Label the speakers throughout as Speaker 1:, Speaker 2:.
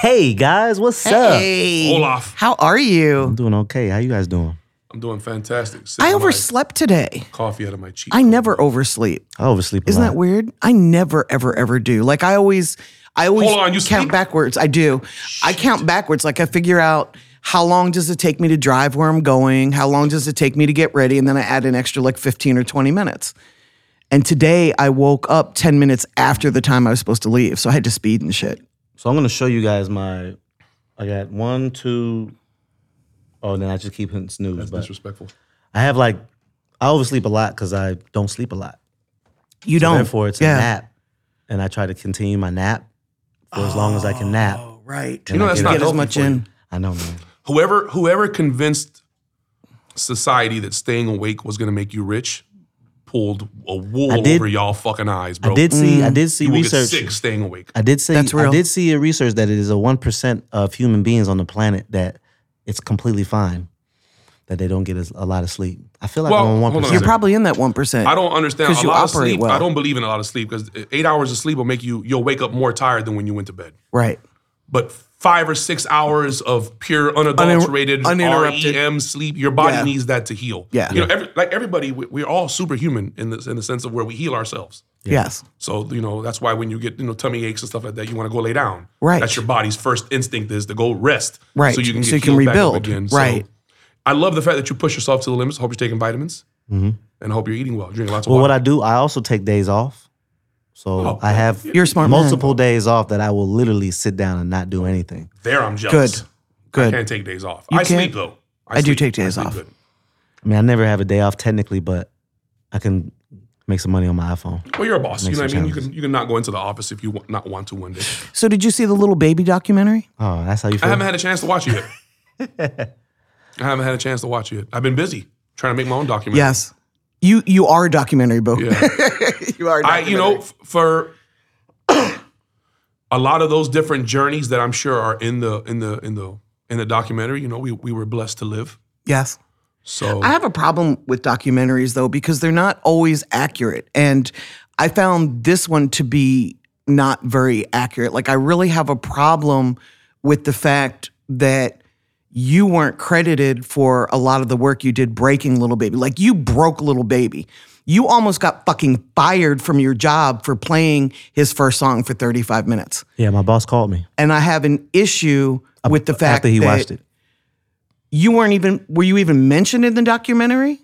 Speaker 1: Hey guys, what's up?
Speaker 2: Hey,
Speaker 3: Olaf.
Speaker 2: How are
Speaker 1: I'm
Speaker 2: you?
Speaker 1: doing okay. How you guys doing?
Speaker 3: I'm doing fantastic. Sipping
Speaker 2: I
Speaker 3: my
Speaker 2: overslept today.
Speaker 3: Coffee out of my cheek.
Speaker 2: I never oversleep.
Speaker 1: I oversleep. a
Speaker 2: Isn't
Speaker 1: lot.
Speaker 2: that weird? I never ever ever do. Like I always I always
Speaker 3: Hold on, you
Speaker 2: count
Speaker 3: sleep?
Speaker 2: backwards. I do. I count backwards like I figure out how long does it take me to drive where I'm going? How long does it take me to get ready? And then I add an extra like 15 or 20 minutes. And today I woke up 10 minutes after the time I was supposed to leave. So I had to speed and shit.
Speaker 1: So I'm gonna show you guys my. I got one, two. Oh, then I just keep hitting snooze. but
Speaker 3: Disrespectful.
Speaker 1: I have like, I oversleep a lot because I don't sleep a lot.
Speaker 2: You don't.
Speaker 1: Therefore, it's
Speaker 2: yeah.
Speaker 1: a nap, and I try to continue my nap for as long as I can nap.
Speaker 2: Oh. Right.
Speaker 1: You
Speaker 3: know
Speaker 1: I
Speaker 3: that's
Speaker 1: get
Speaker 3: not
Speaker 1: it.
Speaker 2: Get as
Speaker 3: healthy
Speaker 2: much
Speaker 3: for you.
Speaker 2: in.
Speaker 1: I know, man.
Speaker 3: Whoever whoever convinced society that staying awake was gonna make you rich pulled a wool
Speaker 1: I did-
Speaker 3: over y'all fucking eyes, bro.
Speaker 1: I did see. I did see
Speaker 3: you will get
Speaker 1: research.
Speaker 3: sick staying awake.
Speaker 1: I did see.
Speaker 2: That's real.
Speaker 1: I did see a research that it is a one percent of human beings on the planet that it's completely fine that they don't get as, a lot of sleep. I feel like
Speaker 3: Well,
Speaker 1: I'm on one
Speaker 3: hold on a
Speaker 1: percent.
Speaker 2: You're probably in that 1%.
Speaker 3: I don't understand
Speaker 2: 'Cause
Speaker 3: a
Speaker 2: you
Speaker 3: lot of
Speaker 2: operate
Speaker 3: sleep.
Speaker 2: well.
Speaker 3: I don't believe in a lot of sleep because eight hours of sleep will make you you'll wake up more tired than when you went to bed.
Speaker 2: Right.
Speaker 3: But five or six hours of pure unadulterated
Speaker 2: uninterrupted.
Speaker 3: REM sleep, your body
Speaker 2: Yeah.
Speaker 3: needs that to heal.
Speaker 2: Yeah.
Speaker 3: you know, every, like everybody, we, we're all superhuman in this in the sense of where we heal ourselves.
Speaker 2: Yes.
Speaker 3: So you know that's why when you get you know tummy aches and stuff like that, you want to go lay down.
Speaker 2: Right.
Speaker 3: That's your body's first instinct is to go rest.
Speaker 2: Right.
Speaker 3: So you can get
Speaker 2: So you can
Speaker 3: healed back up
Speaker 2: rebuild.
Speaker 3: again.
Speaker 2: Right.
Speaker 3: So I love the fact that you push yourself to the limits. Hope you're taking vitamins.
Speaker 2: Mm-hmm.
Speaker 3: And hope you're eating well, drinking lots of
Speaker 1: Well,
Speaker 3: water.
Speaker 1: what I do, I also take days off. So
Speaker 3: Oh,
Speaker 1: I have
Speaker 2: You're a smart man.
Speaker 1: multiple days off that I will literally sit down and not do anything.
Speaker 3: there, I'm jealous.
Speaker 2: Good. Good.
Speaker 3: I can't take days off.
Speaker 2: You
Speaker 3: I
Speaker 2: can't?
Speaker 3: sleep though.
Speaker 2: I do
Speaker 3: sleep.
Speaker 2: take days
Speaker 3: sleep
Speaker 2: off.
Speaker 3: good.
Speaker 1: I mean, I never have a day off technically, but I can make some money on my iPhone.
Speaker 3: Well, you're a boss. you
Speaker 1: Make
Speaker 3: know what I
Speaker 1: some
Speaker 3: mean. You can you can not go into the office if you want, not want to one day.
Speaker 2: So did you see the little baby documentary?
Speaker 1: Oh, that's how you
Speaker 3: I
Speaker 1: feel.
Speaker 3: haven't had a chance to watch it yet. I haven't had a chance to watch it. yet. I've been busy trying to make my own documentary.
Speaker 2: Yes. You you are a documentary boo.
Speaker 3: Yeah.
Speaker 2: you are a
Speaker 3: I, you know, f- for a lot of those different journeys that I'm sure are in the in the in the in the documentary, you know, we we were blessed to live.
Speaker 2: Yes.
Speaker 3: So
Speaker 2: I have a problem with documentaries though because they're not always accurate and I found this one to be not very accurate. Like I really have a problem with the fact that you weren't credited for a lot of the work you did breaking little baby. Like you broke little baby. You almost got fucking fired from your job for playing his first song for 35 minutes.
Speaker 1: yeah, my boss called me
Speaker 2: and I have an issue with the fact
Speaker 1: after he
Speaker 2: that
Speaker 1: watched it.
Speaker 2: you weren't even were you even mentioned in the documentary?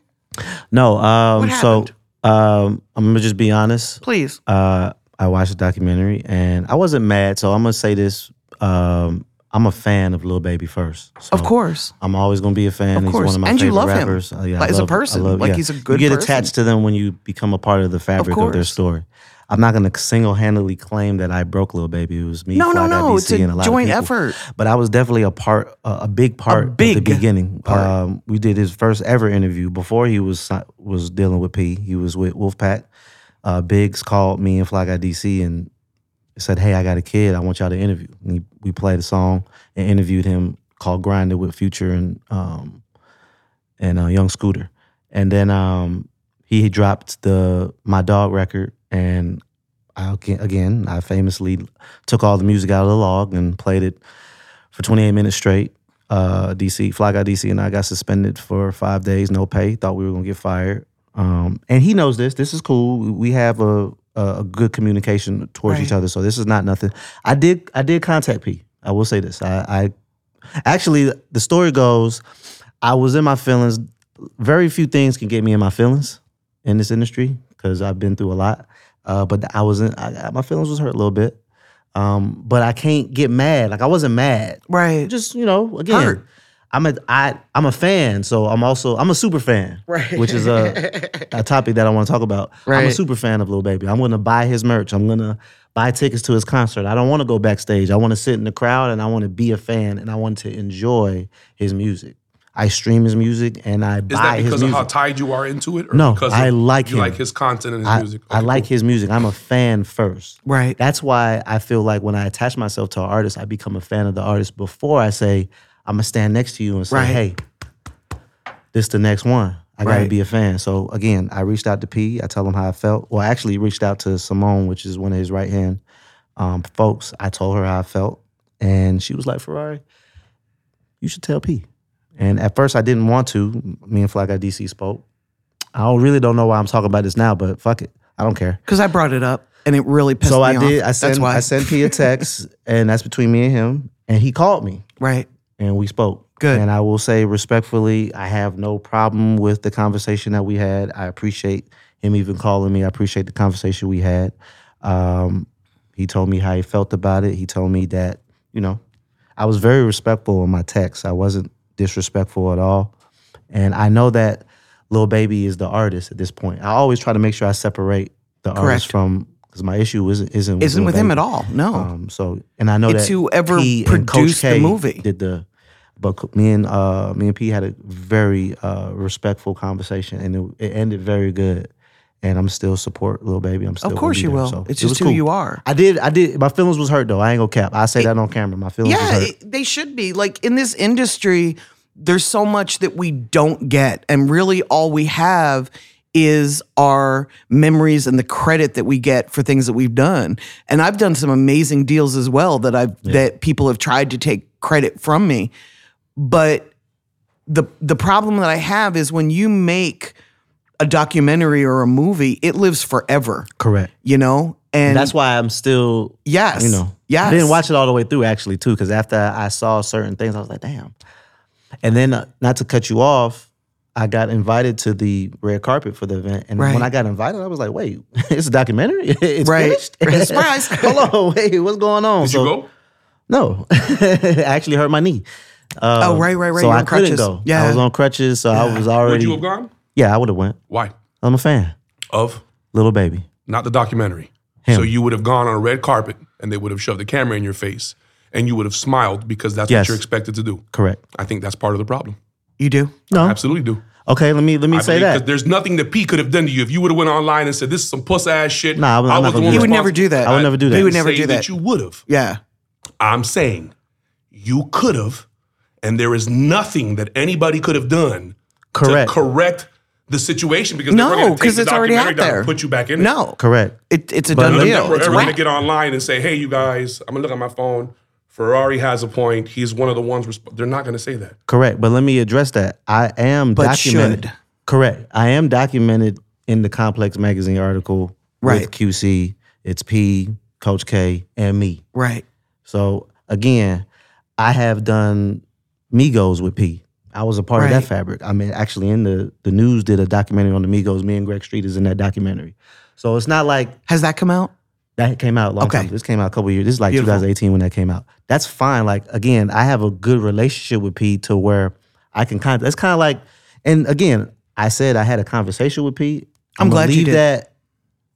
Speaker 1: No, um, so
Speaker 2: happened?
Speaker 1: um, I'm gonna just be honest.
Speaker 2: Please.
Speaker 1: uh, I watched the documentary and I wasn't mad. So I'm gonna say this: um, I'm a fan of Lil Baby first. So
Speaker 2: of course.
Speaker 1: I'm always gonna be a fan.
Speaker 2: Of
Speaker 1: he's
Speaker 2: course.
Speaker 1: one of my
Speaker 2: And you
Speaker 1: favorite
Speaker 2: love him.
Speaker 1: rappers. Uh, yeah, I
Speaker 2: Like, as a
Speaker 1: love- I
Speaker 2: person. Like, he's a good
Speaker 1: You get
Speaker 2: person.
Speaker 1: attached to them when you become a part of the fabric of, their
Speaker 2: course.
Speaker 1: story. I'm not gonna single handedly claim that I broke Lil Baby. It was me.
Speaker 2: No, no,
Speaker 1: Flock,
Speaker 2: no.
Speaker 1: IBC,
Speaker 2: It's a
Speaker 1: and a lot of
Speaker 2: joint
Speaker 1: people.
Speaker 2: effort.
Speaker 1: But I was definitely a part, a a big part of
Speaker 2: big
Speaker 1: the beginning. Um, we did his first ever interview before he was si- was dealing with P. He was with Wolfpack. Uh, Biggs called me and Fly Guy DC and said, "Hey, I got a kid. I want y'all to interview." And he, we played a song and interviewed him called "Grinded" with Future and um, and uh, Young Scooter. And then um, he dropped the My Dog record, and I, aga- again, I famously took all the music out of the log and played it for 28 minutes straight. Uh, DC Fly Guy DC and I got suspended for five days, no pay. Thought we were gonna get fired. Um, and he knows this. This is cool. We have a a a good communication towards each
Speaker 2: Right.
Speaker 1: other, so this is not nothing. I did I did contact P. I will say this. I, I actually the story goes, I was in my feelings. Very few things can get me in my feelings in this industry because I've been through a lot. Uh, but I was in I, my feelings was hurt a little bit. Um, but I can't get mad. Like I wasn't mad.
Speaker 2: Right.
Speaker 1: Just you know, again,
Speaker 2: Hurt.
Speaker 1: I'm a I I'm a fan, so I'm also I'm a super fan,
Speaker 2: Right.
Speaker 1: Which is uh, a a topic that I want to talk about. I'm a
Speaker 2: Right.
Speaker 1: super fan of Lil Baby. I'm gonna buy his merch. I'm gonna buy tickets to his concert. I don't want to go backstage. I want to sit in the crowd and I want to be a fan and I want to enjoy his music. I stream his music and I
Speaker 3: is
Speaker 1: buy
Speaker 3: that
Speaker 1: his
Speaker 3: because of
Speaker 1: music.
Speaker 3: how tied you are into it? Or
Speaker 1: No,
Speaker 3: because
Speaker 1: I
Speaker 3: of
Speaker 1: like
Speaker 3: you
Speaker 1: him.
Speaker 3: like his content and his
Speaker 1: I,
Speaker 3: music.
Speaker 1: I
Speaker 3: Okay,
Speaker 1: like
Speaker 3: cool.
Speaker 1: his music. I'm a fan first.
Speaker 2: Right.
Speaker 1: That's why I feel like when I attach myself to an artist, I become a fan of the artist before I say, I'm gonna stand next to you and say,
Speaker 2: Right.
Speaker 1: hey, this the next one. I gotta
Speaker 2: Right.
Speaker 1: be a fan. So again, I reached out to P. I tell him how I felt. Well, I actually reached out to Simone, which is one of his right hand um, folks. I told her how I felt. And she was like, Ferrari, you should tell P. And at first I didn't want to. Me and Fly Guy DC spoke. I don't, really don't know why I'm talking about this now, but fuck it. I don't care.
Speaker 2: Because I brought it up and it really pissed
Speaker 1: So
Speaker 2: me
Speaker 1: I
Speaker 2: off.
Speaker 1: did. I
Speaker 2: That's
Speaker 1: sent
Speaker 2: why.
Speaker 1: I sent P a text, and that's between me and him. And he called me,
Speaker 2: right.
Speaker 1: and we spoke.
Speaker 2: Good.
Speaker 1: And I will say respectfully, I have no problem with the conversation that we had. I appreciate him even calling me. I appreciate the conversation we had. Um, he told me how he felt about it. He told me that you know I was very respectful in my text. I wasn't disrespectful at all. And I know that Lil Baby is the artist at this point. I always try to make sure I separate the artist
Speaker 2: Correct.
Speaker 1: from because my issue isn't isn't with
Speaker 2: Isn't
Speaker 1: Lil
Speaker 2: with him
Speaker 1: Baby.
Speaker 2: at all. No.
Speaker 1: Um, so, and I know
Speaker 2: It's
Speaker 1: that
Speaker 2: whoever
Speaker 1: P and Coach
Speaker 2: produced the
Speaker 1: K
Speaker 2: movie.
Speaker 1: did the. But co- me and uh, me and P had a very uh, respectful conversation, and it, it ended very good. And I'm still support little baby. I'm still
Speaker 2: of
Speaker 1: gonna
Speaker 2: course
Speaker 1: be
Speaker 2: you
Speaker 1: there.
Speaker 2: will.
Speaker 1: So
Speaker 2: it's
Speaker 1: it was
Speaker 2: just who
Speaker 1: cool.
Speaker 2: you are.
Speaker 1: I did. I did. My feelings was hurt though. I ain't gonna cap. I say that on camera. My feelings was
Speaker 2: Yeah,
Speaker 1: hurt.
Speaker 2: it, they should be. Like in this industry, there's so much that we don't get. And really, all we have is our memories and the credit that we get for things that we've done. And I've done some amazing deals as well that I've that people have tried to take credit from me. But the the problem that I have is when you make a documentary or a movie, it lives forever,
Speaker 1: Correct.
Speaker 2: you know? And
Speaker 1: That's why I'm still.
Speaker 2: yes.
Speaker 1: You know.
Speaker 2: Yes.
Speaker 1: I didn't watch it all the way through actually too, because after I saw certain things, I was like, damn. And then, uh, not to cut you off, I got invited to the red carpet for the event, and
Speaker 2: Right.
Speaker 1: when I got invited, I was like, wait, it's a documentary. it's
Speaker 2: Right. Oh,
Speaker 1: finished.
Speaker 2: Surprise.
Speaker 1: Hold on, wait, what's going on?
Speaker 3: Did
Speaker 1: so,
Speaker 3: you go?
Speaker 1: No, I actually hurt my knee. Um,
Speaker 2: Oh, right, right, right.
Speaker 1: So
Speaker 2: You're
Speaker 1: I
Speaker 2: on
Speaker 1: couldn't
Speaker 2: crutches.
Speaker 1: go.
Speaker 2: Yeah.
Speaker 1: I was on crutches, so I was
Speaker 3: Would
Speaker 1: already.
Speaker 3: you have gone?
Speaker 1: Yeah, I would have went.
Speaker 3: Why?
Speaker 1: I'm a fan.
Speaker 3: Of
Speaker 1: Little baby.
Speaker 3: not the documentary. So you would have gone on a red carpet and they would have shoved the camera in your face and you would have smiled because that's
Speaker 1: Yes.
Speaker 3: what you're expected to do.
Speaker 1: Correct.
Speaker 3: I think that's part of the problem.
Speaker 2: you do.
Speaker 1: No.
Speaker 3: Absolutely do.
Speaker 1: Okay. Let me let me
Speaker 3: I
Speaker 1: say
Speaker 3: believe- 'cause
Speaker 1: that.
Speaker 3: There's nothing that P could have done to you if you would have went online and said this is some puss ass shit.
Speaker 1: Nah, I'm- I'm not
Speaker 3: was the
Speaker 1: gonna
Speaker 3: one
Speaker 1: do that. He would
Speaker 2: never do that.
Speaker 1: I would never do
Speaker 3: didn't
Speaker 1: that. He
Speaker 2: would never
Speaker 3: say
Speaker 2: do that.
Speaker 3: You would have.
Speaker 2: Yeah.
Speaker 3: I'm saying you could have, and there is nothing that anybody could have done
Speaker 1: Correct.
Speaker 3: to correct the situation because
Speaker 2: No,
Speaker 3: they were going to take
Speaker 2: 'cause
Speaker 3: the
Speaker 2: it's already
Speaker 3: documentary
Speaker 2: out
Speaker 3: down and
Speaker 2: there.
Speaker 3: Put you back in. it.
Speaker 2: No.
Speaker 1: Correct.
Speaker 2: It, it's a
Speaker 1: But
Speaker 2: done
Speaker 1: none
Speaker 3: None of
Speaker 2: deal.
Speaker 3: them were
Speaker 2: It's
Speaker 3: ever going to
Speaker 2: whack.
Speaker 3: get online and say, "Hey, you guys, I'm going to look at my phone. Ferrari has a point. He's one of the ones." Resp-. They're not going to say that.
Speaker 1: Correct. But let me address that. I am
Speaker 2: But
Speaker 1: documented.
Speaker 2: should.
Speaker 1: Correct. I am documented in the Complex Magazine article
Speaker 2: Right.
Speaker 1: with QC. It's P, Coach K, and me.
Speaker 2: Right.
Speaker 1: So again, I have done Migos with P. I was a part of
Speaker 2: Right.
Speaker 1: that fabric. I mean, actually, in the the news did a documentary on the Migos. Me and Greg Street is in that documentary. So it's not like
Speaker 2: Has that come out?
Speaker 1: that came out a long
Speaker 2: Okay.
Speaker 1: time. This came out a couple years. This is like
Speaker 2: Beautiful.
Speaker 1: 2018 when that came out. That's fine. Like again, I have a good relationship with P to where I can kind of. That's kind of like, and again, I said I had a conversation with P.
Speaker 2: I'm
Speaker 1: gonna
Speaker 2: glad you
Speaker 1: leave
Speaker 2: did.
Speaker 1: that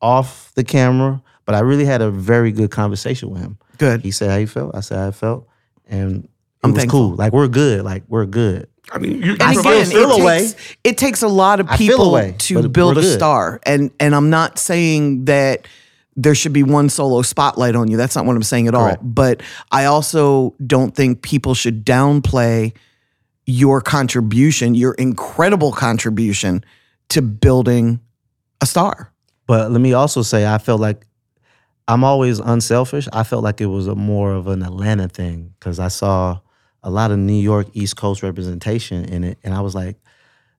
Speaker 1: off the camera, but I really had a very good conversation with him.
Speaker 2: Good.
Speaker 1: He said how he felt. I said how I felt, and it
Speaker 2: I'm
Speaker 1: was
Speaker 2: thankful.
Speaker 1: cool. Like we're good. Like we're good.
Speaker 3: I mean, you,
Speaker 2: And
Speaker 3: you
Speaker 2: again,
Speaker 3: provide
Speaker 1: feel
Speaker 2: it,
Speaker 1: a way.
Speaker 2: takes, it takes a lot of
Speaker 1: feel a
Speaker 2: people
Speaker 1: way,
Speaker 2: to
Speaker 1: but we're
Speaker 2: build a
Speaker 1: good.
Speaker 2: star. And and I'm not saying that there should be one solo spotlight on you. That's not what I'm saying at
Speaker 1: Correct.
Speaker 2: all. But I also don't think people should downplay your contribution, your incredible contribution to building a star.
Speaker 1: But let me also say, I felt like I'm always unselfish. I felt like it was a more of an Atlanta thing because I saw a lot of New York East Coast representation in it, and I was like,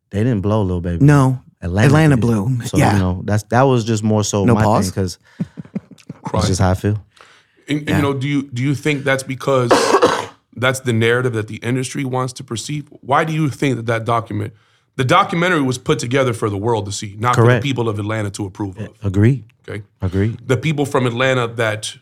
Speaker 1: they didn't blow, little baby.
Speaker 2: No.
Speaker 1: Atlanta,
Speaker 2: Atlanta
Speaker 1: did.
Speaker 2: blew.
Speaker 1: So
Speaker 2: Yeah.
Speaker 1: you know, that's that was just more so
Speaker 2: No
Speaker 1: my
Speaker 2: pause?
Speaker 1: thing because
Speaker 3: Cry.
Speaker 1: that's just how I feel.
Speaker 3: And, and, you know, do you do you think that's because that's the narrative that the industry wants to perceive? Why do you think that that document, the documentary, was put together for the world to see, not for the
Speaker 1: Correct.
Speaker 3: people of Atlanta to approve of?
Speaker 1: Agree,
Speaker 3: Okay,
Speaker 1: agree.
Speaker 3: the people from Atlanta that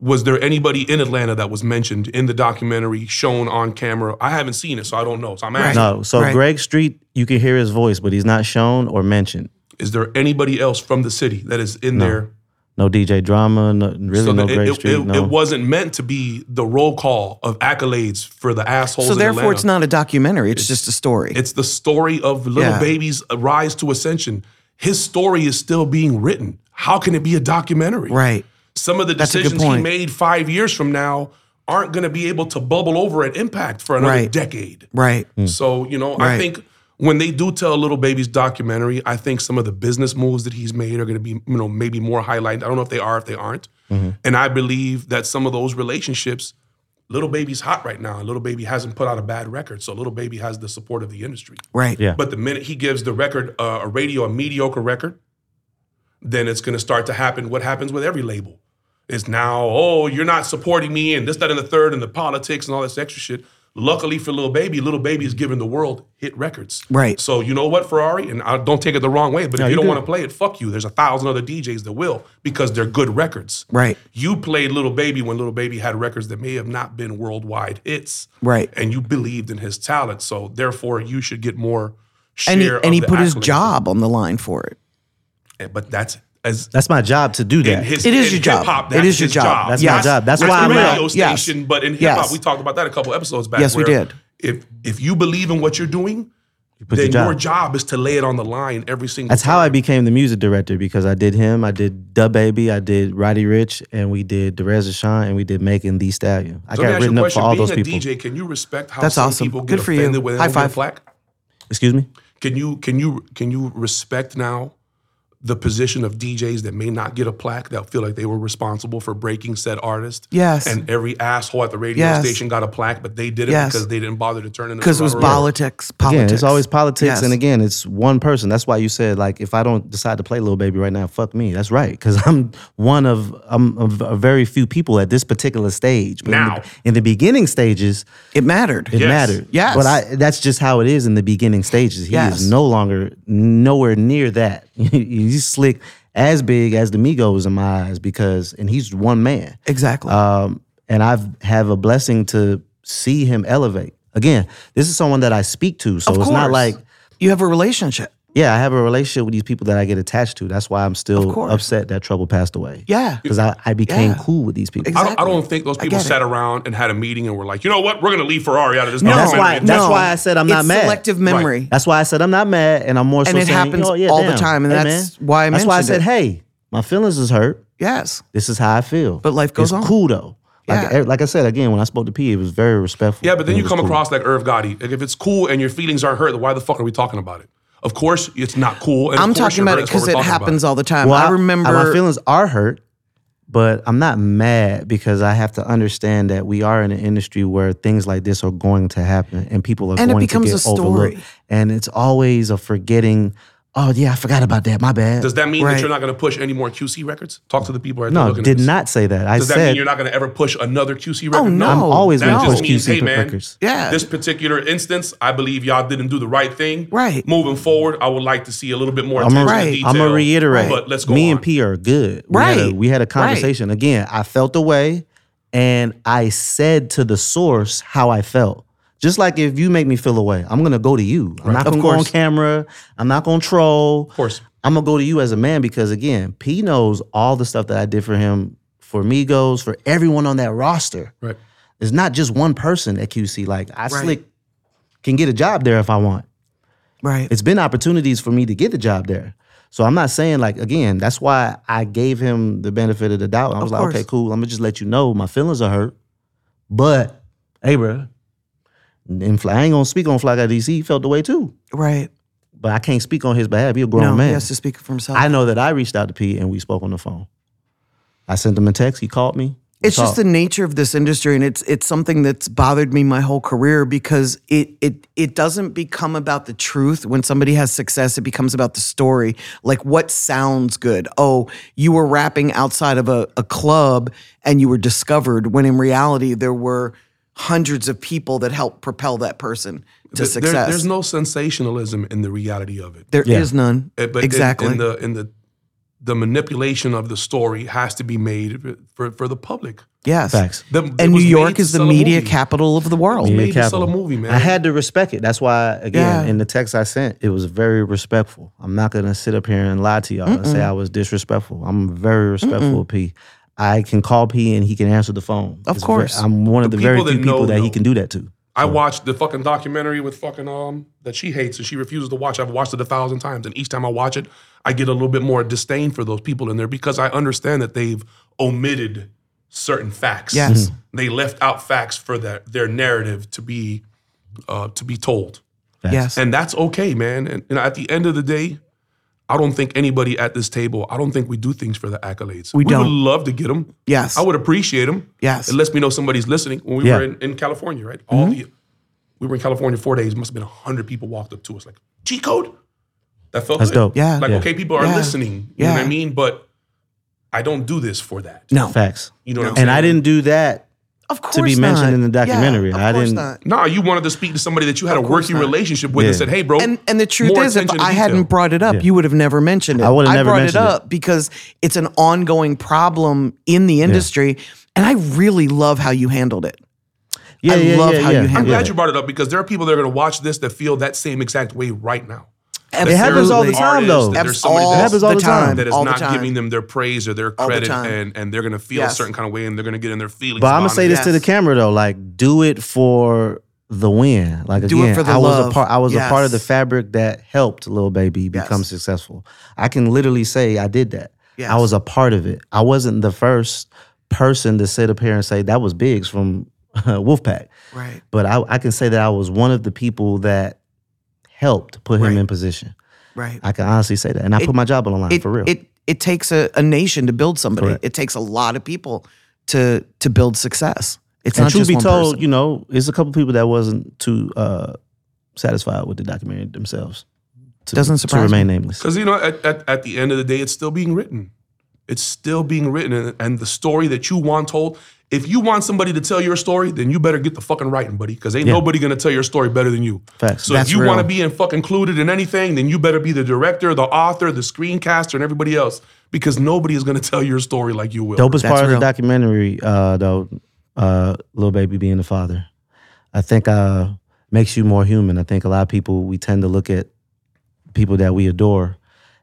Speaker 3: was there anybody in Atlanta that was mentioned in the documentary shown on camera? I haven't seen it, so I don't know. So I'm asking:
Speaker 1: No, so
Speaker 2: Right.
Speaker 1: Greg Street, you can hear his voice, but he's not shown or mentioned.
Speaker 3: Is there anybody else from the city that is in there?
Speaker 1: No DJ drama, no, really
Speaker 3: So
Speaker 1: no
Speaker 3: that
Speaker 1: Greg
Speaker 3: it,
Speaker 1: Street.
Speaker 3: it,
Speaker 1: no.
Speaker 3: it wasn't meant to be the roll call of accolades for the assholes.
Speaker 2: So
Speaker 3: in
Speaker 2: therefore
Speaker 3: Atlanta.
Speaker 2: it's not a documentary, it's, just a story.
Speaker 3: It's the story of little
Speaker 2: Yeah.
Speaker 3: baby's rise to ascension. His story is still being written. How can it be a documentary?
Speaker 2: right.
Speaker 3: Some of the
Speaker 2: a good
Speaker 3: decisions he
Speaker 2: point.
Speaker 3: made five years from now aren't going to be able to bubble over and impact for another
Speaker 2: Right.
Speaker 3: decade.
Speaker 2: Right.
Speaker 3: So, you know, I
Speaker 2: Right.
Speaker 3: think when they do tell Little Baby's documentary, I think some of the business moves that he's made are going to be, you know, maybe more highlighted. I don't know if they are, if they aren't. And I believe that some of those relationships, little baby's hot right now, and little baby hasn't put out a bad record, so little baby has the support of the industry.
Speaker 2: Right.
Speaker 1: Yeah.
Speaker 3: But the minute he gives the record uh, a radio a mediocre record, then it's going to start to happen. What happens with every label is now, oh, you're not supporting me, and this, that, and the third, and the politics and all this extra shit. Luckily for little baby, little baby is giving the world hit records.
Speaker 2: Right.
Speaker 3: So you know what, Ferrari, and I don't take it the wrong way, but if you
Speaker 1: you
Speaker 3: don't
Speaker 1: do.
Speaker 3: want to play it, fuck you. There's a thousand other DJs that will because they're good records.
Speaker 2: Right.
Speaker 3: You played Little Baby when Little Baby had records that may have not been worldwide hits.
Speaker 2: Right.
Speaker 3: And you believed in his talent, so therefore you should get more share.
Speaker 2: And he,
Speaker 3: of
Speaker 2: and he
Speaker 3: the
Speaker 2: put his
Speaker 3: accolades.
Speaker 2: job on the line for it.
Speaker 3: And- But that's as
Speaker 1: That's my job to do that.
Speaker 3: in his
Speaker 2: It is
Speaker 3: in
Speaker 2: your job.
Speaker 3: hip-hop,
Speaker 2: It
Speaker 3: that's
Speaker 2: is your
Speaker 3: his
Speaker 2: job.
Speaker 1: That's my job. That's why
Speaker 3: a
Speaker 1: I'm
Speaker 3: radio
Speaker 2: out. Yes.
Speaker 3: station, but in hip
Speaker 2: Yes.
Speaker 3: hop, we talked about that a couple episodes back.
Speaker 2: Yes, we
Speaker 3: where
Speaker 2: did.
Speaker 3: If if you believe in what you're doing,
Speaker 1: put
Speaker 3: then
Speaker 1: your
Speaker 3: your
Speaker 1: job.
Speaker 3: job is to lay it on the line every single.
Speaker 1: That's how
Speaker 3: time.
Speaker 1: I became the music director because I did him, I did Da Baby, I did Roddy Rich, and we did Derez Deshawn, and we did Making the Stallion. I
Speaker 3: So
Speaker 1: got
Speaker 3: let me ask you a
Speaker 1: written up for
Speaker 3: question.
Speaker 1: all
Speaker 3: Being
Speaker 1: those
Speaker 3: a
Speaker 1: people.
Speaker 3: DJ, can you respect how
Speaker 2: That's
Speaker 3: some
Speaker 2: awesome.
Speaker 3: people get
Speaker 2: Good for you.
Speaker 3: offended when they
Speaker 2: High
Speaker 3: don't get
Speaker 2: five.
Speaker 3: Black?
Speaker 1: Excuse me.
Speaker 3: Can you can you can you respect now the position of DJs that may not get a plaque that feel like they were responsible for breaking said artist?
Speaker 2: Yes.
Speaker 3: And every asshole at the radio
Speaker 2: Yes.
Speaker 3: station got a plaque, but they did it
Speaker 2: Yes.
Speaker 3: because they didn't bother to turn in the
Speaker 2: Because it was
Speaker 3: collateral.
Speaker 2: politics.
Speaker 1: Again,
Speaker 2: Politics.
Speaker 1: it's always politics,
Speaker 2: Yes.
Speaker 1: and again, it's one person. That's why you said like, if I don't decide to play Lil Baby right now, fuck me. That's right, because I'm one of I'm of a very few people at this particular stage. But in
Speaker 3: Now.
Speaker 1: the, in the beginning stages,
Speaker 2: it mattered.
Speaker 1: it
Speaker 3: Yes.
Speaker 1: mattered.
Speaker 2: Yes.
Speaker 1: but I that's just how it is in the beginning stages. He
Speaker 2: Yes.
Speaker 1: is no longer nowhere near that. he's slick as big as the Migos in my eyes because, and he's one man
Speaker 2: Exactly.
Speaker 1: um, and I've have a blessing to see him elevate. Again, this is someone that I speak to, so
Speaker 2: Of
Speaker 1: it's not
Speaker 2: course.
Speaker 1: like
Speaker 2: you have a relationship.
Speaker 1: yeah, I have a relationship with these people that I get attached to. That's why I'm still
Speaker 2: course.
Speaker 1: upset that trouble passed away.
Speaker 2: Yeah.
Speaker 1: because I, I became
Speaker 2: Yeah.
Speaker 1: cool with these people.
Speaker 3: I
Speaker 2: Exactly.
Speaker 3: don't, I don't think those people
Speaker 2: get it.
Speaker 3: sat around and had a meeting and were like, you know what, we're gonna leave Ferrari out of this.
Speaker 1: And that's
Speaker 3: documentary."
Speaker 1: why. That's
Speaker 2: No.
Speaker 1: why I said I'm
Speaker 2: it's
Speaker 1: not mad.
Speaker 2: selective memory.
Speaker 1: That's why I said I'm not mad, and I'm more. so saying,
Speaker 2: it happens
Speaker 1: "Oh, yeah,
Speaker 2: all the
Speaker 1: damn.
Speaker 2: time, and
Speaker 1: Hey,
Speaker 2: that's
Speaker 1: man."
Speaker 2: why I
Speaker 1: That's why I
Speaker 2: mentioned
Speaker 1: said,
Speaker 2: it.
Speaker 1: "Hey, my feelings is hurt.
Speaker 2: Yes.
Speaker 1: This is how I feel."
Speaker 2: But life goes
Speaker 1: it's
Speaker 2: on.
Speaker 1: Cool though. Like,
Speaker 2: Yeah.
Speaker 1: eh, like I said again, when I spoke to P, it was very respectful.
Speaker 3: Yeah, but then
Speaker 1: It
Speaker 3: you
Speaker 1: was
Speaker 3: come
Speaker 1: cool.
Speaker 3: across like Irv Gotti. Like, if it's cool and your feelings aren't hurt, then why the fuck are we talking about it? Of course, it's not cool. And of
Speaker 2: I'm
Speaker 3: course
Speaker 2: talking
Speaker 3: you're
Speaker 2: about
Speaker 3: hurt.
Speaker 2: it
Speaker 3: That's what
Speaker 2: because
Speaker 3: we're
Speaker 2: it
Speaker 3: talking about.
Speaker 2: happens all the time.
Speaker 1: Well,
Speaker 2: I remember.
Speaker 1: my feelings are hurt, but I'm not mad because I have to understand that we are in an industry where things like this are going to happen and people are
Speaker 2: And it
Speaker 1: going
Speaker 2: becomes
Speaker 1: to get
Speaker 2: a story.
Speaker 1: overlooked. And it's always a forgetting. Oh yeah, I forgot about that. My bad.
Speaker 3: Does that mean
Speaker 2: Right.
Speaker 3: that you're not going to push any more QC records? Talk to the people right there
Speaker 1: no,
Speaker 3: looking at
Speaker 1: did
Speaker 3: this.
Speaker 1: not say that. I
Speaker 3: Does that mean
Speaker 1: said
Speaker 3: you're not going to ever push another QC record?
Speaker 2: Oh, no.
Speaker 1: I'm always
Speaker 3: That
Speaker 1: going to
Speaker 2: no.
Speaker 1: push
Speaker 3: just means,
Speaker 1: QC
Speaker 3: hey man,
Speaker 1: records.
Speaker 2: Yeah.
Speaker 3: this particular instance, I believe y'all didn't do the right thing.
Speaker 2: Right.
Speaker 3: Moving forward, I would like to see a little bit more
Speaker 1: I'm
Speaker 3: attention
Speaker 1: gonna
Speaker 3: to
Speaker 2: Right.
Speaker 3: detail.
Speaker 1: I'm gonna reiterate.
Speaker 3: But let's go
Speaker 1: Me
Speaker 3: on.
Speaker 1: and P are good. We had a,
Speaker 2: Right.
Speaker 1: we had a
Speaker 2: Right.
Speaker 1: conversation again. I felt the way, and I said to the source how I felt. Just like if you make me feel a way, I'm gonna go to you. I'm not gonna go on
Speaker 2: course.
Speaker 1: camera. I'm not gonna troll. Of
Speaker 3: course.
Speaker 1: I'm gonna go to you as a man because again, P knows all the stuff that I did for him, for Migos, for everyone on that roster.
Speaker 3: Right.
Speaker 1: It's not just one person at QC. Like I slick can get a job there if I want
Speaker 2: right.
Speaker 1: it's been opportunities for me to get the job there. So I'm not saying like again, that's why I gave him the benefit of the doubt. I was like,
Speaker 2: course.
Speaker 1: okay, cool. I'm gonna just let you know my feelings are hurt. But hey, bro, and Fly, I ain't gonna speak on Fly Guy DC. He felt the way too,
Speaker 2: Right.
Speaker 1: but I can't speak on his behalf. He a grown
Speaker 2: No,
Speaker 1: Oh, man.
Speaker 2: he has to speak for himself.
Speaker 1: I know that I reached out to P and we spoke on the phone. I sent him a text. He called me. We
Speaker 2: it's just
Speaker 1: talked.
Speaker 2: the nature of this industry and it's it's something that's bothered me my whole career because it it it doesn't become about the truth when somebody has success it becomes about the story like what sounds good oh you were rapping outside of a, a club and you were discovered when in reality there were hundreds of people that helped propel that person to
Speaker 3: Th- there-
Speaker 2: success
Speaker 3: there's no sensationalism in the reality of it.
Speaker 2: There
Speaker 1: Yeah.
Speaker 2: is none
Speaker 3: Uh, but in-
Speaker 2: exactly
Speaker 3: in, the in the the manipulation of the story has to be made for for the public.
Speaker 2: yes
Speaker 1: facts.
Speaker 3: The- it
Speaker 2: and new
Speaker 3: was made
Speaker 2: york
Speaker 3: to
Speaker 2: is the
Speaker 3: sell a
Speaker 2: media
Speaker 3: movie.
Speaker 2: capital of the world
Speaker 3: Made
Speaker 1: Media
Speaker 3: to sell a
Speaker 1: capital.
Speaker 3: movie, man.
Speaker 1: I had to respect it. That's why, again,
Speaker 2: Yeah.
Speaker 1: in the text I sent, it was very respectful. I'm not gonna sit up here and lie to y'all and say I was disrespectful. I'm very respectful of P. I can call P and he can answer the phone.
Speaker 2: Of
Speaker 1: It's ver-
Speaker 2: course.
Speaker 1: I'm one of the,
Speaker 3: The
Speaker 1: very
Speaker 3: people
Speaker 1: few
Speaker 3: that
Speaker 1: people
Speaker 3: know,
Speaker 1: that he
Speaker 3: know.
Speaker 1: can do that to.
Speaker 3: I watched the fucking documentary with fucking um that she hates and she refuses to watch. I've watched it a thousand times, and each time I watch it, I get a little bit more disdain for those people in there because I understand that they've omitted certain facts.
Speaker 2: Yes.
Speaker 3: they left out facts for their their narrative to be uh, to be told,
Speaker 2: yes
Speaker 3: and that's okay, man. And, and at the end of the day, I don't think anybody at this table, I don't think we do things for the accolades.
Speaker 2: We
Speaker 3: would
Speaker 2: don't.
Speaker 3: love to get them.
Speaker 2: Yes.
Speaker 3: I would appreciate them.
Speaker 2: Yes.
Speaker 3: It lets me know somebody's listening. When we
Speaker 1: Yeah. Mm-hmm.
Speaker 3: were in, in California, right? All the we were in California four days, must have been hundred people walked up to us like, G code? That felt
Speaker 1: That's
Speaker 3: good.
Speaker 1: dope.
Speaker 2: Yeah.
Speaker 3: Like,
Speaker 1: Yeah.
Speaker 3: okay, people are
Speaker 2: Yeah.
Speaker 3: listening. You know what I
Speaker 2: Yeah.
Speaker 3: mean? But I don't do this for that.
Speaker 2: No.
Speaker 1: Facts.
Speaker 3: You know what I'm saying?
Speaker 1: And I didn't do that
Speaker 2: Of course
Speaker 1: to be mentioned
Speaker 2: not.
Speaker 1: in the documentary.
Speaker 2: Yeah, of
Speaker 1: I
Speaker 2: course
Speaker 1: didn't-
Speaker 2: Not.
Speaker 3: Nah, you wanted to speak to somebody that you had a working relationship with and
Speaker 1: Yeah.
Speaker 3: said, hey, bro.
Speaker 2: And and the truth
Speaker 3: Oh, more
Speaker 2: is, if
Speaker 3: attention to
Speaker 2: I
Speaker 3: detail.
Speaker 2: hadn't brought it up, you would have never mentioned it.
Speaker 1: I would have
Speaker 2: I
Speaker 1: never
Speaker 2: brought it
Speaker 1: mentioned it.
Speaker 2: up because it's an ongoing problem in the industry, and I really love how you handled it.
Speaker 1: Yeah,
Speaker 2: I
Speaker 1: yeah,
Speaker 2: love
Speaker 1: yeah,
Speaker 2: how
Speaker 1: yeah.
Speaker 2: you
Speaker 3: I'm
Speaker 2: handle
Speaker 3: glad you brought it up because there are people that are going to watch this that feel that same exact way right now.
Speaker 1: It happens all the
Speaker 2: Absolutely.
Speaker 1: time,
Speaker 3: artists,
Speaker 1: though.
Speaker 3: that there's somebody
Speaker 2: all
Speaker 3: that-
Speaker 1: happens all the time.
Speaker 3: that is
Speaker 2: Um, all the
Speaker 3: not
Speaker 2: time.
Speaker 3: giving them their praise or their
Speaker 2: the
Speaker 3: credit,
Speaker 2: time.
Speaker 3: and and they're going to feel a
Speaker 2: Yes.
Speaker 3: certain kind of way, and they're going to get in their feelings.
Speaker 1: But I'm gonna
Speaker 3: about
Speaker 1: say
Speaker 3: it.
Speaker 1: this to the
Speaker 2: Yes.
Speaker 1: camera though, like do it for the win. Like
Speaker 2: Do it
Speaker 1: again,
Speaker 2: for the
Speaker 1: I was a
Speaker 2: love.
Speaker 1: part. I was a part of the
Speaker 2: Yes.
Speaker 1: fabric that helped Lil Baby become
Speaker 2: Yes.
Speaker 1: successful. I can literally say I did that.
Speaker 2: Yes.
Speaker 1: I was a part of it. I wasn't the first person to sit up here and say that was Biggs from Wolfpack,
Speaker 2: Right.
Speaker 1: but I, I can say that I was one of the people that helped put him
Speaker 2: Right.
Speaker 1: in position.
Speaker 2: Right.
Speaker 1: I can honestly say that, and I put my job on the line
Speaker 2: it,
Speaker 1: for real.
Speaker 2: It it takes a, a nation to build somebody.
Speaker 1: Correct.
Speaker 2: It takes a lot of people to to build success. It's
Speaker 1: and
Speaker 2: not
Speaker 1: truth
Speaker 2: just
Speaker 1: be
Speaker 2: one
Speaker 1: told,
Speaker 2: person.
Speaker 1: you know, it's a couple people that wasn't too uh, satisfied with the documentary themselves. To,
Speaker 2: Doesn't
Speaker 1: to
Speaker 2: surprise
Speaker 1: remain nameless.
Speaker 3: because you know at, at at the end of the day, it's still being written. It's still being written, and, and the story that you want told. If you want somebody to tell your story, then you better get the fucking writing, buddy, because ain't nobody going to tell your story better than you.
Speaker 1: Facts.
Speaker 3: So
Speaker 2: That's
Speaker 3: if you
Speaker 2: real.
Speaker 3: want to be in fuck included in anything, then you better be the director, the author, the screencaster, and everybody else, because nobody is going to tell your story like you will.
Speaker 1: Dopest part of the
Speaker 2: real.
Speaker 1: documentary, uh, though, uh, little baby being the father, I think uh, makes you more human. I think a lot of people we tend to look at people that we adore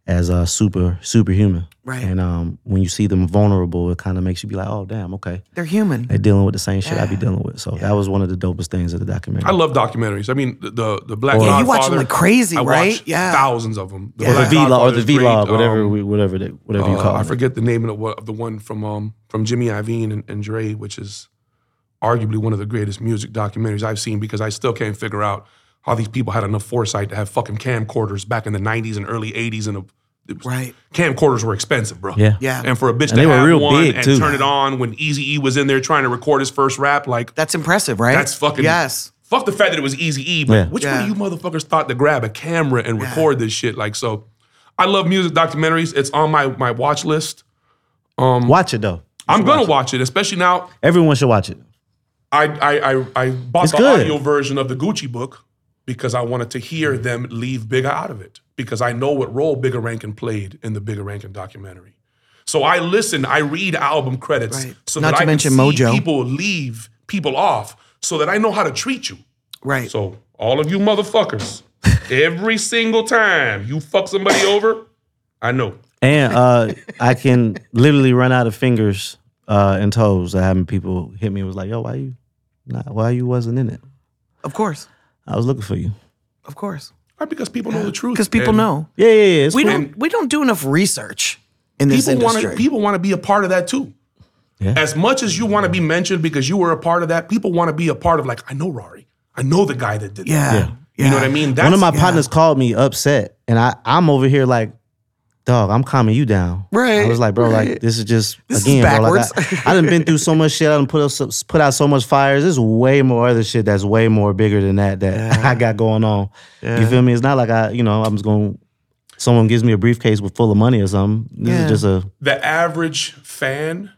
Speaker 1: as uh, super superhuman,
Speaker 2: Right.
Speaker 1: And um, when you see them vulnerable, it kind of makes you be like, oh damn, okay,
Speaker 2: They're human.
Speaker 1: they're dealing with the same shit I be dealing with. So that was one of the dopest things of the documentary.
Speaker 3: I love documentaries. I mean, the the, the Black
Speaker 2: Yeah, you watch
Speaker 3: Godfather,
Speaker 2: them like crazy,
Speaker 3: I
Speaker 2: right?
Speaker 3: watch
Speaker 2: Yeah.
Speaker 3: thousands of them. The
Speaker 1: or the
Speaker 3: Black
Speaker 1: vlog, or
Speaker 3: Godfather's
Speaker 1: the vlog,
Speaker 3: great.
Speaker 1: whatever,
Speaker 3: Um,
Speaker 1: we, whatever, they, whatever you
Speaker 3: uh,
Speaker 1: call
Speaker 3: I
Speaker 1: it.
Speaker 3: forget the name of the, one- of the one from um from Jimmy Iovine and, and Dre, which is arguably one of the greatest music documentaries I've seen because I still can't figure out how these people had enough foresight to have fucking camcorders back in the '90s and early '80s, and a, it was-
Speaker 2: Right.
Speaker 3: camcorders were expensive, bro.
Speaker 1: Yeah.
Speaker 2: Yeah.
Speaker 3: And for a bitch
Speaker 1: And
Speaker 3: to
Speaker 1: they were
Speaker 3: have
Speaker 1: real
Speaker 3: one
Speaker 1: big,
Speaker 3: and
Speaker 1: too.
Speaker 3: turn it on when Easy E was in there trying to record his first rap, like
Speaker 2: That's impressive, right?
Speaker 3: that's fucking
Speaker 2: yes.
Speaker 3: Fuck the fact that it was Easy E, but
Speaker 1: Yeah.
Speaker 3: which
Speaker 2: Yeah.
Speaker 3: one of you motherfuckers thought to grab a camera and record this shit? Like, so I love music documentaries. It's on my my watch list.
Speaker 1: Watch it though.
Speaker 3: I'm gonna watch it, especially now.
Speaker 1: Everyone should watch it.
Speaker 3: I I I, I bought
Speaker 1: It's
Speaker 3: the
Speaker 1: good.
Speaker 3: audio version of the Gucci book because I wanted to
Speaker 2: Mm.
Speaker 3: hear them leave Bigger out of it because I know what role Bigger Rankin played in the Bigger Rankin documentary. So I listen, I read album credits,
Speaker 2: Right.
Speaker 3: so
Speaker 2: Not
Speaker 3: that
Speaker 2: to
Speaker 3: I
Speaker 2: mention
Speaker 3: can see
Speaker 2: Mojo.
Speaker 3: people leave people off, so that I know how to treat you.
Speaker 2: Right.
Speaker 3: So, all of you motherfuckers, every single time you fuck somebody over, I know.
Speaker 1: And uh, I can literally run out of fingers uh, and toes. I having people hit me and was like, "Yo, why you, not, why you wasn't in it?
Speaker 2: of course.
Speaker 1: I was looking for you."
Speaker 2: Of course.
Speaker 3: Right, Because people know the truth.
Speaker 2: Because people
Speaker 3: And
Speaker 2: know.
Speaker 1: Yeah, yeah, yeah. It's
Speaker 2: We
Speaker 1: cool.
Speaker 2: don't we don't do enough research in this
Speaker 3: People want
Speaker 2: industry.
Speaker 3: to. People want to be a part of that too.
Speaker 1: Yeah.
Speaker 3: As much as you want to be mentioned because you were a part of that, people want to be a part of like I know Rari, I know the guy that did
Speaker 2: yeah.
Speaker 3: that.
Speaker 1: Yeah.
Speaker 2: yeah.
Speaker 3: You know what I mean? That's,
Speaker 1: One of my partners called me upset, and I, I'm over here like, "Dog, I'm calming you down." I
Speaker 2: Right,
Speaker 1: was like, "Bro, like
Speaker 2: right.
Speaker 1: this is just
Speaker 2: This is
Speaker 1: again, bro. Like
Speaker 2: backwards.
Speaker 1: I, I done been through so much shit. I done put out so- put out so much fires. There's way more other shit that's way more bigger than that that I got going on. You feel me? It's not like I, you know, I'm just going. to Someone gives me a briefcase with full of money or something. This
Speaker 2: Yeah.
Speaker 1: is just a
Speaker 3: the average fan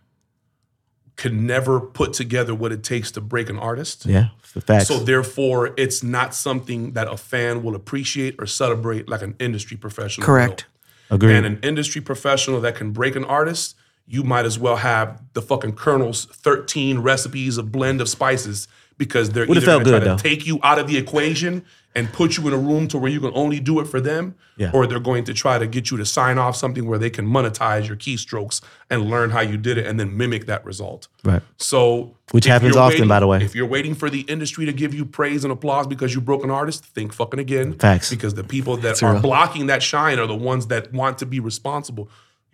Speaker 3: could never put together what it takes to break an artist.
Speaker 1: yeah, f- facts.
Speaker 3: So therefore, it's not something that a fan will appreciate or celebrate like an industry professional.
Speaker 2: Correct.
Speaker 3: will.
Speaker 1: Agreed.
Speaker 3: And an industry professional that can break an artist, you might as well have the fucking Colonel's 13 recipes of blend of spices because they're
Speaker 1: Would've
Speaker 3: either
Speaker 1: felt
Speaker 3: going to
Speaker 1: good,
Speaker 3: try to
Speaker 1: though.
Speaker 3: take you out of the equation and put you in a room to where you can only do it for them,
Speaker 1: Yeah.
Speaker 3: or they're going to try to get you to sign off something where they can monetize your keystrokes and learn how you did it and then mimic that result.
Speaker 1: right.
Speaker 3: So,
Speaker 1: Which
Speaker 3: if
Speaker 1: happens
Speaker 3: you're
Speaker 1: often,
Speaker 3: waiting-
Speaker 1: by the way.
Speaker 3: If you're waiting for the industry to give you praise and applause because you broke an artist, think fucking again.
Speaker 1: Facts.
Speaker 3: Because the people that are blocking that shine are the ones that want to be responsible.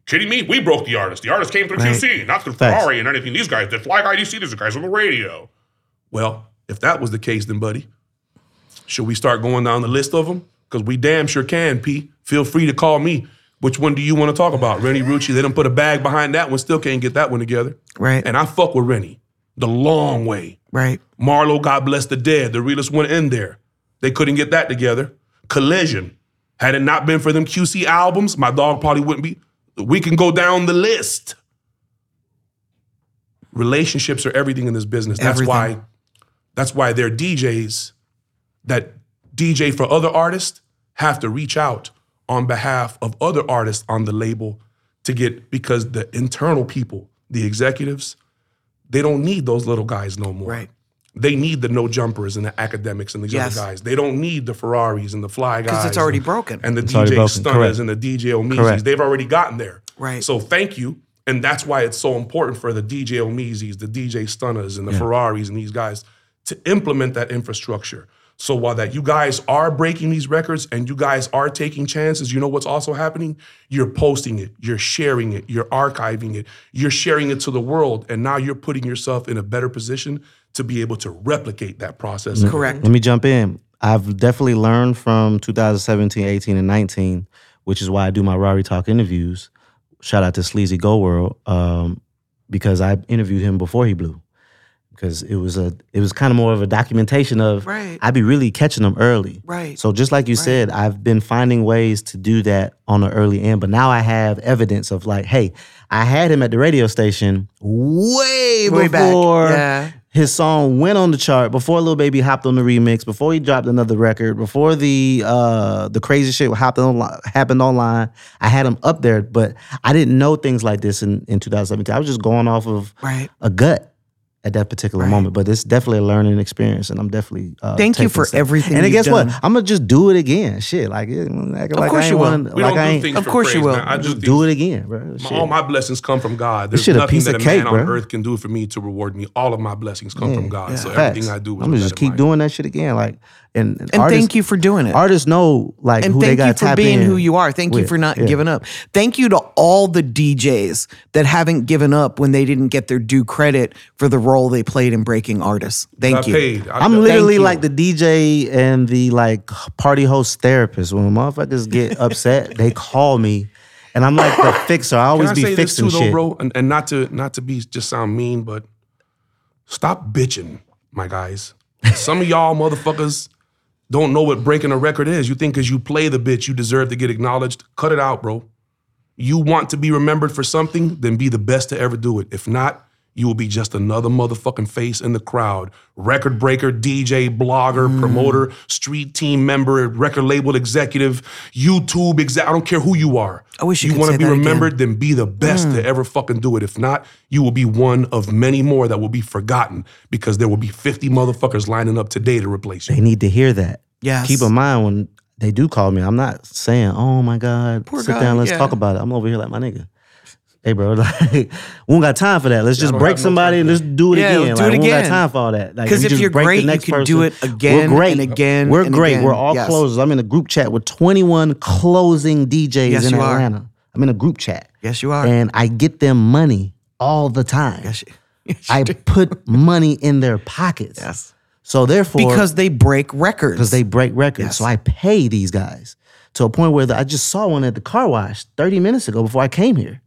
Speaker 3: Kidding me? We broke the artist. The artist came through QC, not through
Speaker 1: Facts.
Speaker 3: Ferrari and anything. These guys did Fly Guy DC. These are guys on the radio. Well, if that was the case, then buddy, should we start going down the list of them? Because we damn sure can. P. Feel free to call me. Which one do you want to talk about? Rennie Rucci. They done put a bag behind that one. Still can't get that one together.
Speaker 2: Right.
Speaker 3: And I fuck with Rennie the long way.
Speaker 2: right.
Speaker 3: Marlo, God bless the dead. The realest went in there. They couldn't get that together. Collision. Had it not been for them QC albums, my dog probably wouldn't be. We can go down the list. Relationships are everything in this business. That's
Speaker 2: Everything.
Speaker 3: why that's why they're DJs that DJ for other artists have to reach out on behalf of other artists on the label to get because the internal people, the executives, they don't need those little guys no more.
Speaker 2: Right.
Speaker 3: They need the no jumpers and the academics and these
Speaker 2: Yes.
Speaker 3: other guys. They don't need the Ferraris and the fly guys.
Speaker 2: Because it's already
Speaker 3: and-
Speaker 2: broken.
Speaker 3: and the
Speaker 1: already
Speaker 3: DJ
Speaker 1: broken,
Speaker 3: Stunners
Speaker 1: correct.
Speaker 3: and the DJ Omezis.
Speaker 1: Correct.
Speaker 3: They've already gotten there.
Speaker 2: Right.
Speaker 3: So thank you. And that's why it's so important for the DJ Omezis, the DJ Stunners, and the Ferraris and these guys to implement that infrastructure. So while that you guys are breaking these records and you guys are taking chances, you know what's also happening? You're posting it, you're sharing it, you're archiving it, you're sharing it to the world, and now you're putting yourself in a better position to be able to replicate that process.
Speaker 2: Correct.
Speaker 1: Let me jump in. I've definitely learned from 2017, 18, and 19, which is why I do my Rari Talk interviews. Shout out to Sleazy Go World um, because I interviewed him before he blew. Because it was a, it was kind of more of a documentation of.
Speaker 2: Right.
Speaker 1: I'd be really catching them early.
Speaker 2: Right.
Speaker 1: So just like you said, I've been finding ways to do that on the early end, but now I have evidence of like, hey, I had him at the radio station way,
Speaker 2: Way back.
Speaker 1: before
Speaker 2: Yeah.
Speaker 1: his song went on the chart before Lil Baby hopped on the remix, before he dropped another record, before the uh the crazy shit happened online, happened online. I had him up there, but I didn't know things like this in, in 2017. I was just going off of
Speaker 2: Right.
Speaker 1: a gut at that particular moment. But it's definitely a learning experience, and I'm definitely uh,
Speaker 2: Thank you
Speaker 1: taking
Speaker 2: for
Speaker 1: steps.
Speaker 2: everything
Speaker 1: And then
Speaker 2: you've
Speaker 1: guess
Speaker 2: done.
Speaker 1: what? I'm gonna just do it again. Shit, like it- acting like
Speaker 2: course
Speaker 1: I
Speaker 2: you
Speaker 1: ain't
Speaker 2: will.
Speaker 1: one,
Speaker 3: We
Speaker 1: like
Speaker 3: don't
Speaker 1: I
Speaker 3: do
Speaker 1: ain't
Speaker 3: things
Speaker 2: Of
Speaker 3: for
Speaker 2: course you
Speaker 3: praise,
Speaker 2: will.
Speaker 3: man. I just
Speaker 1: do it again, bro. Shit.
Speaker 3: All my blessings come from God. There's
Speaker 1: shit a
Speaker 3: nothing
Speaker 1: piece
Speaker 3: that a
Speaker 1: of
Speaker 3: man
Speaker 1: cake,
Speaker 3: on
Speaker 1: bruh.
Speaker 3: earth can do for me to reward me. All of my blessings come from God. so
Speaker 1: Facts.
Speaker 3: everything I do is
Speaker 1: I'm gonna
Speaker 3: a
Speaker 1: just
Speaker 3: better
Speaker 1: keep
Speaker 3: life.
Speaker 1: doing that shit again. Like and
Speaker 2: And
Speaker 1: artists,
Speaker 2: thank you for doing it.
Speaker 1: Artists know like
Speaker 2: and
Speaker 1: who they
Speaker 2: thank
Speaker 1: got
Speaker 2: you for
Speaker 1: tap
Speaker 2: being
Speaker 1: in
Speaker 2: who you are. Thank you
Speaker 1: with.
Speaker 2: for not
Speaker 1: Yeah.
Speaker 2: giving up. Thank you to all the DJs that haven't given up when they didn't get their due credit for the role they played in breaking artists. Thank
Speaker 3: Got
Speaker 2: you.
Speaker 3: paid. I-
Speaker 1: I'm literally
Speaker 2: you.
Speaker 1: like the DJ and the like party host therapist. When motherfuckers get upset, they call me, and I'm like the fixer. I
Speaker 3: Can
Speaker 1: always
Speaker 3: I
Speaker 1: be
Speaker 3: say this
Speaker 1: fixing
Speaker 3: too, though,
Speaker 1: shit.
Speaker 3: bro? And, and not to not to be just sound mean, but stop bitching, my guys. Some of y'all motherfuckers don't know what breaking a record is. You think because you play the bitch, you deserve to get acknowledged. Cut it out, bro. You want to be remembered for something, then be the best to ever do it. If not, you will be just another motherfucking face in the crowd. Record breaker, DJ, blogger,
Speaker 2: Mm.
Speaker 3: promoter, street team member, record label executive, YouTube exec. I don't care who you are. I
Speaker 2: wish you could
Speaker 3: wanna
Speaker 2: say
Speaker 3: be
Speaker 2: that again.
Speaker 3: remembered then be the best
Speaker 1: Mm.
Speaker 3: to ever fucking do it. If not, you will be one of many more that will be forgotten because there will be 50 motherfuckers lining up today to replace
Speaker 1: They
Speaker 3: you.
Speaker 1: need to hear that.
Speaker 2: Yes.
Speaker 1: Keep in mind when they do call me, I'm not saying, "Oh my god,
Speaker 2: Poor
Speaker 1: sit
Speaker 2: guy,
Speaker 1: down, let's
Speaker 2: yeah.
Speaker 1: talk about it." I'm over here like my nigga. Hey, bro, like, we don't got time for that. Let's just
Speaker 3: don't
Speaker 1: break
Speaker 3: have no
Speaker 1: somebody
Speaker 3: time
Speaker 1: and
Speaker 3: for
Speaker 1: let's do it
Speaker 2: Yeah,
Speaker 1: again.
Speaker 2: let's do
Speaker 1: Like,
Speaker 2: it
Speaker 1: we don't
Speaker 2: again.
Speaker 1: got time for all that. Like,
Speaker 2: 'Cause
Speaker 1: we
Speaker 2: if
Speaker 1: just
Speaker 2: you're
Speaker 1: break
Speaker 2: great,
Speaker 1: the
Speaker 2: you
Speaker 1: next
Speaker 2: can
Speaker 1: person.
Speaker 2: do it again
Speaker 1: We're great.
Speaker 2: and again
Speaker 1: We're
Speaker 2: and
Speaker 1: great.
Speaker 2: again.
Speaker 1: We're all
Speaker 2: Yes.
Speaker 1: closers. I'm in a group chat with 21 closing DJs
Speaker 2: Yes,
Speaker 1: in
Speaker 2: you are.
Speaker 1: Atlanta. I'm in a group chat.
Speaker 2: Yes, you are.
Speaker 1: And I get them money all the time.
Speaker 2: Yes, you-
Speaker 1: I put money in their pockets.
Speaker 2: Yes.
Speaker 1: So therefore,
Speaker 2: because they break records.
Speaker 1: because they break records. So I pay these guys to a point where the, I just saw one at the car wash 30 minutes ago before I came here.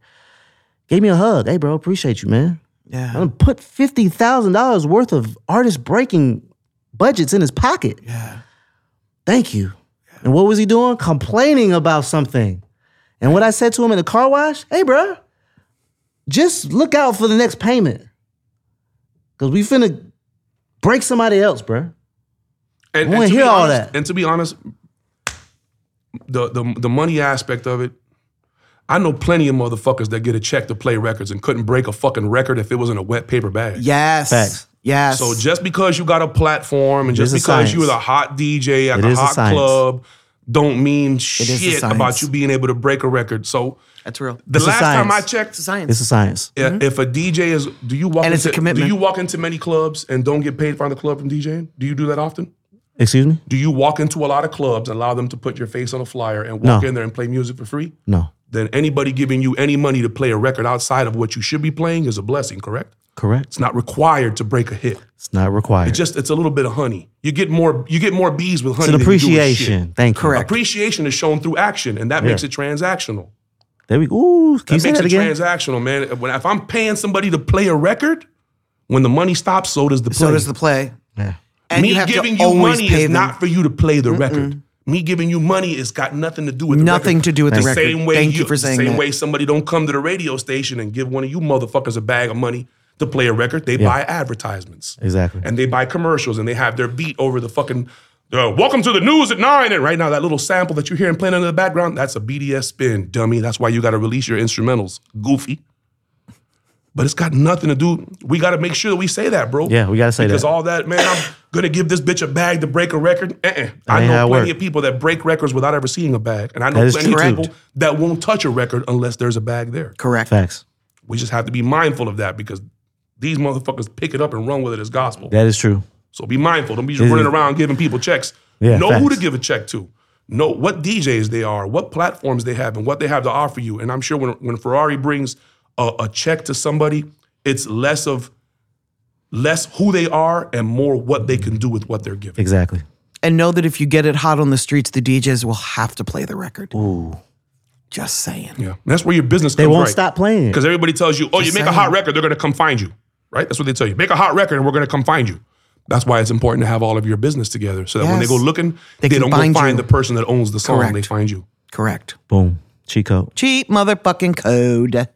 Speaker 1: Gave me a hug. Hey, bro, appreciate you, man.
Speaker 2: yeah.
Speaker 1: I'm gonna put fifty thousand dollars worth of artist breaking budgets in his pocket.
Speaker 2: Yeah.
Speaker 1: Thank you. And what was he doing? Complaining about something. And what I said to him in the car wash, hey, bro, just look out for the next payment. Cause we finna break somebody else, bruh.
Speaker 3: And,
Speaker 1: I wanna
Speaker 3: to
Speaker 1: hear
Speaker 3: be
Speaker 1: all
Speaker 3: honest-
Speaker 1: that.
Speaker 3: And to be honest, the, the the money aspect of it, I know plenty of motherfuckers that get a check to play records and couldn't break a fucking record if it was in a wet paper bag.
Speaker 2: Yes.
Speaker 1: Facts.
Speaker 2: Yes.
Speaker 3: So just because you got a platform and just
Speaker 1: is a
Speaker 3: because
Speaker 1: science.
Speaker 3: you're the hot DJ at
Speaker 1: It
Speaker 3: the
Speaker 1: is a
Speaker 3: hot
Speaker 1: science.
Speaker 3: club, don't mean
Speaker 2: a
Speaker 3: shit
Speaker 2: science.
Speaker 3: about you being able to break a record. So
Speaker 2: that's real.
Speaker 3: the
Speaker 1: It's a
Speaker 3: last time I
Speaker 1: science.
Speaker 3: checked,
Speaker 2: It's a science.
Speaker 1: It's a science.
Speaker 3: Yeah, If a DJ is, do you walk
Speaker 2: Mm-hmm. And it's
Speaker 3: into
Speaker 2: a commitment.
Speaker 3: Do you walk into many clubs and don't get paid for the club from DJing? Do you do that often?
Speaker 1: Excuse me?
Speaker 3: Do you walk into a lot of clubs and allow them to put your face on a flyer and walk
Speaker 1: No.
Speaker 3: in there and play music for free?
Speaker 1: No.
Speaker 3: Then anybody giving you any money to play a record outside of what you should be playing is a blessing, correct?
Speaker 1: Correct.
Speaker 3: It's not required to break a hit.
Speaker 1: It's not required.
Speaker 3: Just it's a little bit of honey. You get more you get more bees with
Speaker 1: It's
Speaker 3: honey.
Speaker 1: an
Speaker 3: than you do with shit.
Speaker 1: appreciation. Thank you.
Speaker 2: Correct.
Speaker 3: Appreciation is shown through action, and that makes it transactional.
Speaker 1: There we ooh, can you
Speaker 3: That
Speaker 1: say
Speaker 3: makes
Speaker 1: that
Speaker 3: it
Speaker 1: again?
Speaker 3: transactional, man. When, if I'm paying somebody to play a record, when the money stops, so does the play.
Speaker 2: So does the play.
Speaker 1: yeah.
Speaker 2: And
Speaker 3: Me
Speaker 2: you have
Speaker 3: giving
Speaker 2: to
Speaker 3: you
Speaker 2: always
Speaker 3: money
Speaker 2: pay
Speaker 3: is
Speaker 2: them.
Speaker 3: not for you to play the record. Me giving you money has got nothing to do with the
Speaker 2: Nothing
Speaker 3: record.
Speaker 2: to do with the record.
Speaker 3: Same way
Speaker 2: Thank you for saying
Speaker 3: same
Speaker 2: that.
Speaker 3: way somebody don't come to the radio station and give one of you motherfuckers a bag of money to play a record. They buy advertisements
Speaker 1: Exactly.
Speaker 3: and they buy commercials and they have their beat over the fucking uh, welcome to the news at nine. And right now, that little sample that you're hearing playing in the background, that's a BDS spin, dummy. That's why you got to release your instrumentals, goofy. But it's got nothing to do. We got to make sure that we say that, bro.
Speaker 1: Yeah, we gotta say
Speaker 3: because
Speaker 1: that.
Speaker 3: all that, man, I'm gonna give this bitch a bag to break a record. Uh-uh. I
Speaker 1: ain't how
Speaker 3: know
Speaker 1: it
Speaker 3: plenty
Speaker 1: work.
Speaker 3: of people that break records without ever seeing a bag, and I know
Speaker 1: That is
Speaker 3: plenty of
Speaker 1: correct.
Speaker 3: people that won't touch a record unless there's a bag there.
Speaker 2: Correct.
Speaker 1: Facts.
Speaker 3: We just have to be mindful of that because these motherfuckers pick it up and run with it as gospel.
Speaker 1: That is true.
Speaker 3: So be mindful. Don't be just
Speaker 1: This
Speaker 3: running
Speaker 1: is-
Speaker 3: around giving people checks.
Speaker 1: Yeah,
Speaker 3: know who
Speaker 1: facts.
Speaker 3: to give a check to. Know what DJs they are, what platforms they have, and what they have to offer you. And I'm sure when, when Ferrari brings a, a check to somebody, it's less of less who they are and more what they can do with what they're giving.
Speaker 1: Exactly.
Speaker 2: And know that if you get it hot on the streets, the DJs will have to play the record. Ooh. Just saying.
Speaker 3: Yeah, And that's where your business.
Speaker 1: They won't stop playing.
Speaker 3: because everybody tells you, "Oh, you make a
Speaker 2: saying.
Speaker 3: hot record, they're going to come find you." Right? That's what they tell you. Make a hot record, and we're going to come find you. That's why it's important to have all of your business together, so that when they
Speaker 2: Yes.
Speaker 3: go looking,
Speaker 2: They
Speaker 3: they,
Speaker 2: can
Speaker 3: don't go
Speaker 2: find
Speaker 3: find
Speaker 2: you.
Speaker 3: the person that owns the song. They
Speaker 2: Correct.
Speaker 3: find you.
Speaker 2: Correct.
Speaker 1: Boom. Cheat code.
Speaker 2: Cheat motherfucking code.